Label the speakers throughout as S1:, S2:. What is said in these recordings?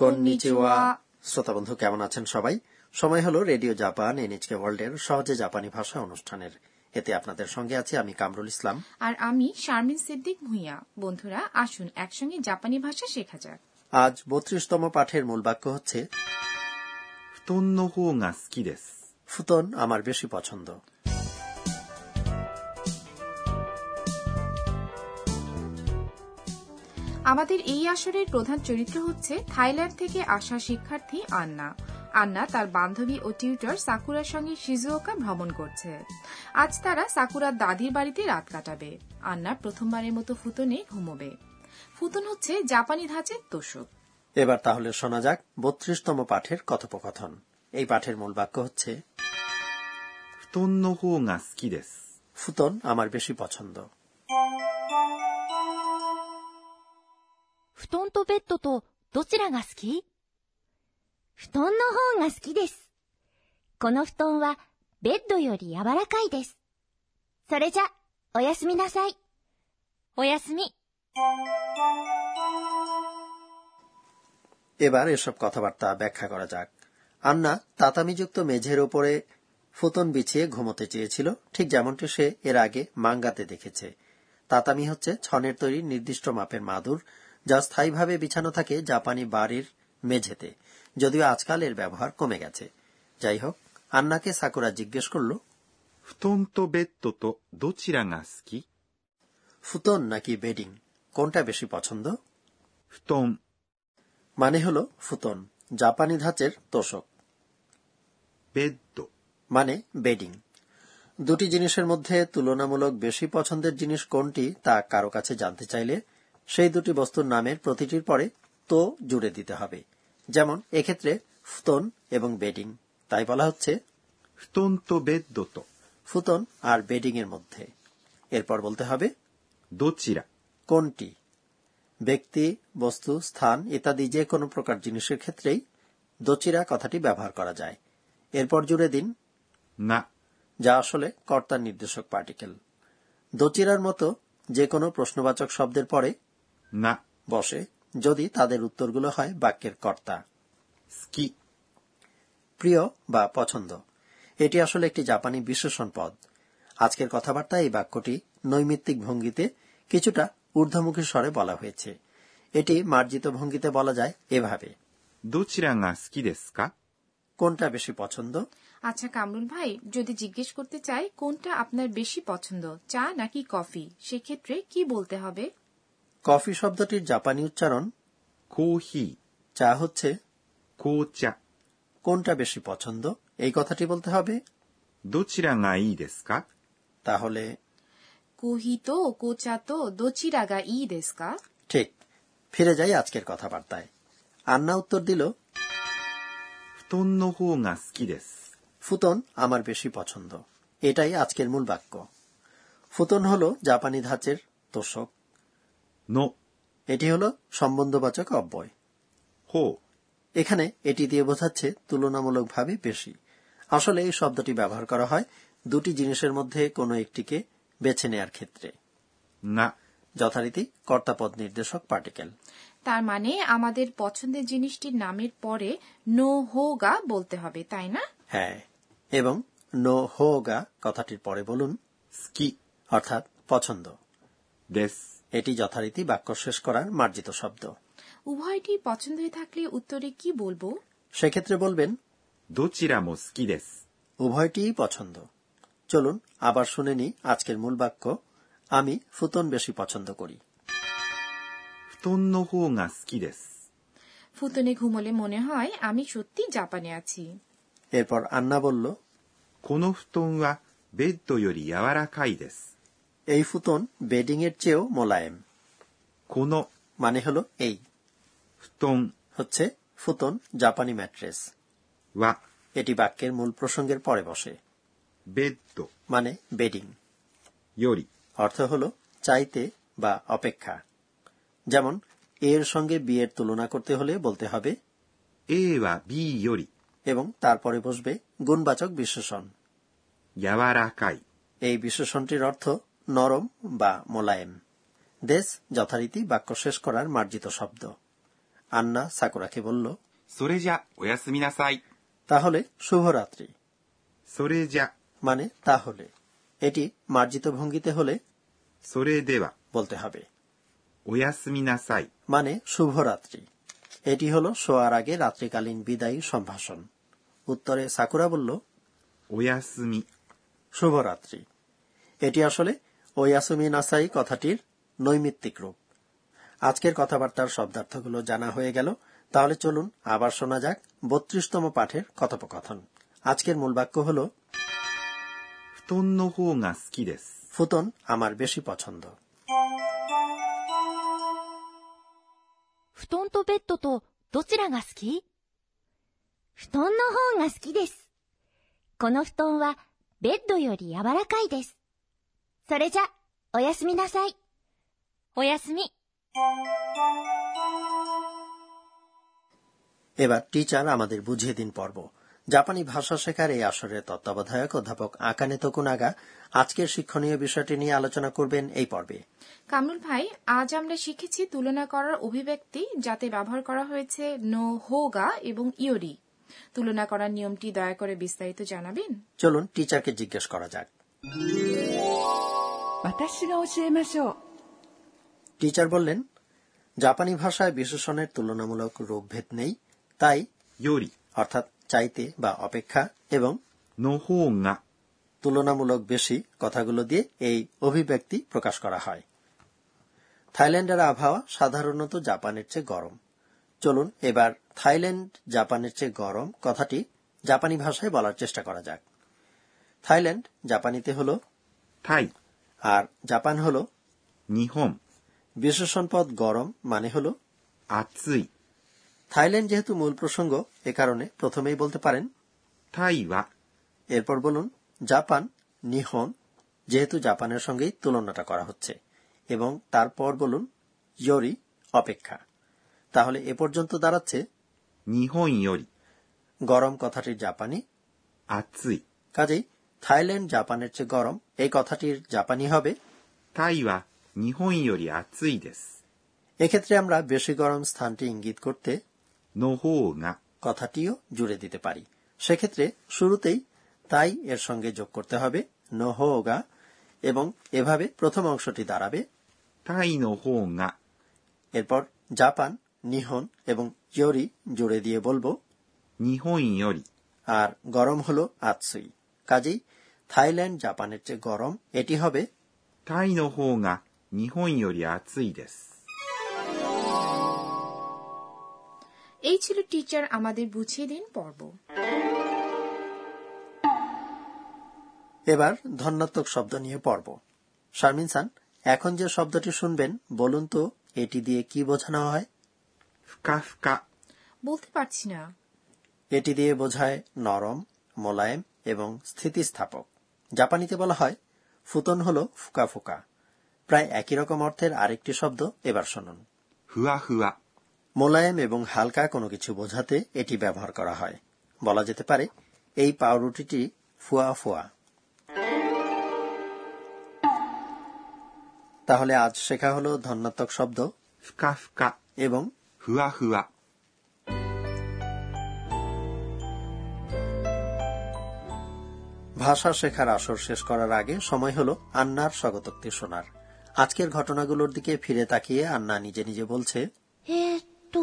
S1: konnichiwa শ্রোতা বন্ধু কেমন আছেন সবাই সময় হলো রেডিও জাপান এনএচকে ওয়ার্ল্ডের সহজে জাপানি ভাষা অনুষ্ঠানের এতে আপনাদের সঙ্গে আছি আমি কামরুল ইসলাম
S2: আর আমি শারমিন সিদ্দিক ভুঁইয়া বন্ধুরা আসুন একসঙ্গে জাপানি ভাষা শেখা যাক
S1: আজ বত্রিশতম পাঠের মূল বাক্য হচ্ছে
S3: 布団の方が好きです。
S1: ফুতন আমার বেশি পছন্দ
S2: আমাদের এই আসরের প্রধান চরিত্র হচ্ছে থাইল্যান্ড থেকে আসা শিক্ষার্থী আন্না আন্না তার বান্ধবী ও টিউটর সাকুরার সঙ্গে শিজুওকা ভ্রমণ করছে আজ তারা সাকুরার দাদির বাড়িতে রাত কাটাবে আন্না প্রথমবারের মতো ফুতনে ঘুমোবে ফুতন হচ্ছে জাপানি ধাঁচের তোষক
S1: এবার তাহলে শোনা যাক বত্রিশতম পাঠের কথোপকথন এই পাঠের মূল বাক্য হচ্ছে
S3: 布団の方が好きです。
S1: ফুতন আমার বেশি পছন্দ
S4: 布団とベッドとどちらが好き布団の方が好きです。この布団はベッドより柔らかいです。それじゃ、おやすみなさい。おやすみ。
S1: এবার এসব কথাবার্তা ব্যাখ্যা করা যাক আন্না তাতামিযুক্ত মেঝের ওপরে ফুতন বিছিয়ে ঘুমোতে চেয়েছিল ঠিক যেমনটি সে এর আগে মাঙ্গাতে দেখেছে তাতামি হচ্ছে ছনের তৈরি নির্দিষ্ট মাপের মাদুর যা স্থায়ীভাবে বিছানো থাকে জাপানি বাড়ির মেঝেতে যদিও আজকাল এর ব্যবহার কমে গেছে যাই হোক আন্নাকে সাকুরা জিজ্ঞেস করল
S3: 布団とベッドとどちらが好き
S1: ফুতন নাকি বেডিং কোনটা বেশি পছন্দ
S3: 布団、
S1: মানে হল ফুতন জাপানি ধাঁচের তোষক
S3: ベッド、
S1: মানে বেডিং দুটি জিনিসের মধ্যে তুলনামূলক বেশি পছন্দের জিনিস কোনটি তা কারো কাছে জানতে চাইলে সেই দুটি বস্তুর নামের প্রতিটির পরে তো জুড়ে দিতে হবে যেমন এক্ষেত্রে ফুতন এবং বেডিং তাই বলা হচ্ছে
S3: 布団とベッドと
S1: ফুতন আর বেডিং এর মধ্যে এরপর বলতে হবে
S3: どちら
S1: কোনটি ব্যক্তি বস্তু স্থান ইত্যাদি যে কোনো প্রকার জিনিসের ক্ষেত্রেই দচিরা কথাটি ব্যবহার করা যায় এরপর জুড়ে দিন
S3: が
S1: যা আসলে কর্তার নির্দেশক পার্টিকেল দচিরার মতো যে কোনো প্রশ্নবাচক শব্দের পরে
S3: が
S1: বসে যদি তাদের উত্তরগুলো হয় বাক্যের কর্তা
S3: 好き、
S1: প্রিয় বা পছন্দ এটি আসলে একটি জাপানি বিশেষণ পদ আজকের কথাবার্তায় এই বাক্যটি নৈমিত্তিক ভঙ্গিতে কিছুটা ঊর্ধ্বমুখী স্বরে বলা হয়েছে এটি মার্জিত ভঙ্গিতে বলা যায় এভাবে
S3: どちらが好きですか
S1: কোনটা বেশি পছন্দ
S2: আচ্ছা কামরুল ভাই যদি জিজ্ঞেস করতে চাই কোনটা আপনার বেশি পছন্দ চা নাকি কফি সেক্ষেত্রে কি বলতে হবে
S1: কফি শব্দটির জাপানি উচ্চারণ
S3: コーヒ
S1: চা হচ্ছে
S3: ー、紅茶、
S1: কোনটা বেশি পছন্দ এই কথাটি বলতে হবে
S3: どちらがいいですか
S1: তাহলে
S2: কোহিতো কোচাতো দোচিরাগা ই দেসকা
S1: ঠিক ফিরে যাই আজকের কথাবার্তায় আন্না উত্তর দিল
S3: 布団の方が好きです。
S1: ফুতন আমার বেশি পছন্দ এটাই আজকের মূল বাক্য ফুতন হল জাপানি ধাঁচের তোষক
S3: の、
S1: এটি হল সম্বন্ধবাচক অব্যয়
S3: 方、
S1: এখানে এটি দিয়ে বোঝাচ্ছে তুলনামূলকভাবে বেশি আসলে এই শব্দটি ব্যবহার করা হয় দুটি জিনিসের মধ্যে কোনো একটিকে বেছে নেয়ার ক্ষেত্রে
S3: が、
S1: যথারীতি কর্তাপদ নির্দেশক পার্টিকেল
S2: তার মানে আমাদের পছন্দের জিনিসটির নামের পরে নো হোগা বলতে হবে তাই না
S1: হ্যাঁ এবং নো হোগা কথাটির পরে বলুন
S3: 好き、
S1: অর্থাৎ পছন্দ
S3: です。
S1: এটি যথারীতি বাক্য শেষ করার মার্জিত শব্দ
S2: উভয়টি পছন্দ হয়ে থাকলে উত্তরে কি বলবো
S1: সেক্ষেত্রে বলবেন
S3: どちらも好きです。
S1: উভয়টিই পছন্দ চলুন আবার শুনে নি আজকের মূল বাক্য আমি ফুতন বেশি পছন্দ করি
S3: 布団の方が好きです。
S2: ফুতনে ঘুমলে মনে হয় আমি সত্যি জাপানে আছি
S1: এরপর আন্না বলল
S3: この布団はベッドより柔らかいです。
S1: এই ফুতন বেডিং এর চেয়েও মোলায়েম
S3: この
S1: মানে হলো এই
S3: 布団
S1: হচ্ছে ফুতন জাপানি ম্যাট্রেস
S3: は
S1: এটি বাক্যের মূল প্রসঙ্গের পরে বসে
S3: ベッド
S1: মানে বেডিং
S3: より
S1: অর্থ হল চাইতে বা অপেক্ষা যেমন এর সঙ্গে বি এর তুলনা করতে হলে বলতে হবে
S3: A は B より
S1: এবং তারপরে বসবে গুণবাচক বিশেষণ
S3: 柔らかい
S1: এই বিশেষণটির অর্থ নরম বা মোলায়েম দেশ যথারীতি বাক্য শেষ করার মার্জিত শব্দ আন্না সাকুরাকে বলল
S3: それじゃ、おやすみなさい。
S1: তাহলে শুভরাত্রি
S3: それじゃ、
S1: মানে তাহলে এটি মার্জিত ভঙ্গিতে হলে
S3: それでは、
S1: বলতে হবে
S3: おやすみなさい。
S1: মানে শুভরাত্রি এটি হলো শোয়ার আগে রাত্রিকালীন বিদায়ী সম্ভাষণ উত্তরে সাকুরা বলল
S3: おやすみ、
S1: শুভরাত্রি এটি আসলে ওয়াসুমি নাসাই কথাটির নৈমিত্তিক রূপ আজকের কথাবার্তার শব্দার্থগুলো জানা হয়ে গেল তাহলে চলুন আবার শোনা যাক বত্রিশতম পাঠের কথোপকথন আজকের মূল বাক্য হল
S3: 布団の方が好きです。
S1: ফুতন আমার বেশি পছন্দ
S4: 布団とベッドとどちらが好き布団の方が好きです。この布団はベッドより柔らかいです。それじゃ、おやすみなさい。おやすみ。
S1: এবার টিচার আমাদের বুঝিয়ে দিন পর্ব জাপানি ভাষা শেখার এই আসরের তত্ত্বাবধায়ক অধ্যাপক আকানে তকুনাগা আজকের শিক্ষণীয় বিষয়টি নিয়ে আলোচনা করবেন এই পর্বে
S2: কামরুল ভাই আজ আমরা শিখেছি তুলনা করার অভিব্যক্তি যাতে ব্যবহার করা হয়েছে নো হোগা এবং ইয়োরি তুলনা করার নিয়মটি দয়া করে বিস্তারিত জানাবেন
S1: চলুন টিচারকে জিজ্ঞেস করা যাক
S5: 私が教えましょう
S1: টিচার বললেন জাপানি ভাষায় বিশেষণের তুলনামূলক রূপভেদ নেই তাই
S3: より、
S1: অর্থাৎ চাইতে বা অপেক্ষা এবং
S3: の方が、
S1: তুলনামূলক বেশি কথাগুলো দিয়ে এই অভিব্যক্তি প্রকাশ করা হয় থাইল্যান্ডের আবহাওয়া সাধারণত জাপানের চেয়ে গরম চলুন এবার থাইল্যান্ড জাপানের চেয়ে গরম কথাটি জাপানি ভাষায় বলার চেষ্টা করা যাক থাইল্যান্ড জাপানিতে হল
S3: タイ、
S1: আর জাপান হল
S3: 日本、
S1: বিশেষণ পদ গরম মানে হল
S3: 暑い。
S1: থাইল্যান্ড যেহেতু মূল প্রসঙ্গ এ কারণে প্রথমেই বলতে পারেন
S3: タイは、
S1: এরপর বলুন জাপান নিহন যেহেতু জাপানের সঙ্গেই তুলনাটা করা হচ্ছে এবং তারপর বলুন ইয়োরি অপেক্ষা তাহলে এ পর্যন্ত দাঁড়াচ্ছে
S3: 日本より、
S1: গরম কথাটি জাপানি
S3: 暑い。
S1: কাজেই থাইল্যান্ড জাপানের চেয়ে গরম এই কথাটির জাপানি হবে
S3: タイは、日本より暑いです。
S1: এক্ষেত্রে আমরা বেশি গরম স্থানটি ইঙ্গিত করতে
S3: の方が、
S1: কথাটিও জুড়ে দিতে পারি সেক্ষেত্রে শুরুতেই তাই এর সঙ্গে যোগ করতে হবে নহোগা এবং এভাবে প্রথম অংশটি দাঁড়াবে
S3: タイの方が、
S1: এরপর জাপান নিহন এবং ইয়োরি জুড়ে দিয়ে বলবো
S3: 日本より、
S1: আর গরম হলো আতসুই কাজেই থাইল্যান্ড জাপানের চেয়ে গরম এটি হবে
S3: タイの方が、日本より暑いです。
S2: এই ছিল টিচার আমাদের বুঝিয়ে দিন পর্ব
S1: এবার ধন্যাত্মক শব্দ নিয়ে পর্ব শারমিন সান এখন যে শব্দটি শুনবেন বলুন তো এটি দিয়ে কি বোঝানো হয়
S3: ふかふか、
S2: বলতে পারছি না
S1: এটি দিয়ে বোঝায় নরম মোলায়েম এবং স্থিতিস্থাপক জাপানিতে বলা হয় ফুতন হল ফুকা ফুকা প্রায় একই রকম অর্থের আরেকটি শব্দ এবার শুনুন
S3: ふわふわ、
S1: মোলায়েম এবং হালকা কোনো কিছু বোঝাতে এটি ব্যবহার করা হয় বলা যেতে পারে এই পাউরুটিটি ফুয়া ফুয়া তাহলে আজ শেখা হলো ধন্যাত্মক শব্দ
S3: ふかふか、
S1: এবং
S3: ふわふわ。
S1: ভাষা শেখার আসর শেষ করার আগে সময় হলো আন্নার স্বগতোক্তি শোনার আজকের ঘটনাগুলোর দিকে ফিরে তাকিয়ে আন্না নিজে নিজে বলছে
S4: えーっと、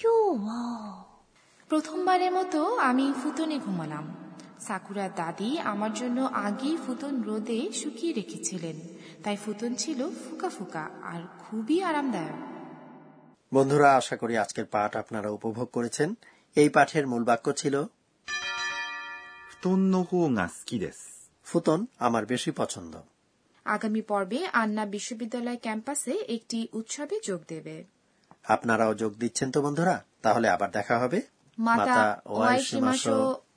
S4: 今日は、
S2: প্রথমবারের মতো আমি ফুতনে ঘুমালাম সাকুরা দাদি আমার জন্য আগেই ফুতন রোদে শুকিয়ে রেখেছিলেন তাই ফুতন ছিল ফুকা ফুকা আর খুবই আরামদায়ক
S1: বন্ধুরা আশা করি আজকের পাঠ আপনারা উপভোগ করেছেন এই পাঠের মূল বাক্য ছিল
S3: 布団の方が好きです。
S1: ফুতন আমার বেশি পছন্দ
S2: আগামী পর্বে আন্না বিশ্ববিদ্যালয় ক্যাম্পাসে একটি উৎসবে যোগ দেবে
S1: আপনারাও যোগ দিচ্ছেন তো বন্ধুরা তাহলে আবার দেখা হবে
S2: মাতা ওয়াই সীমাসো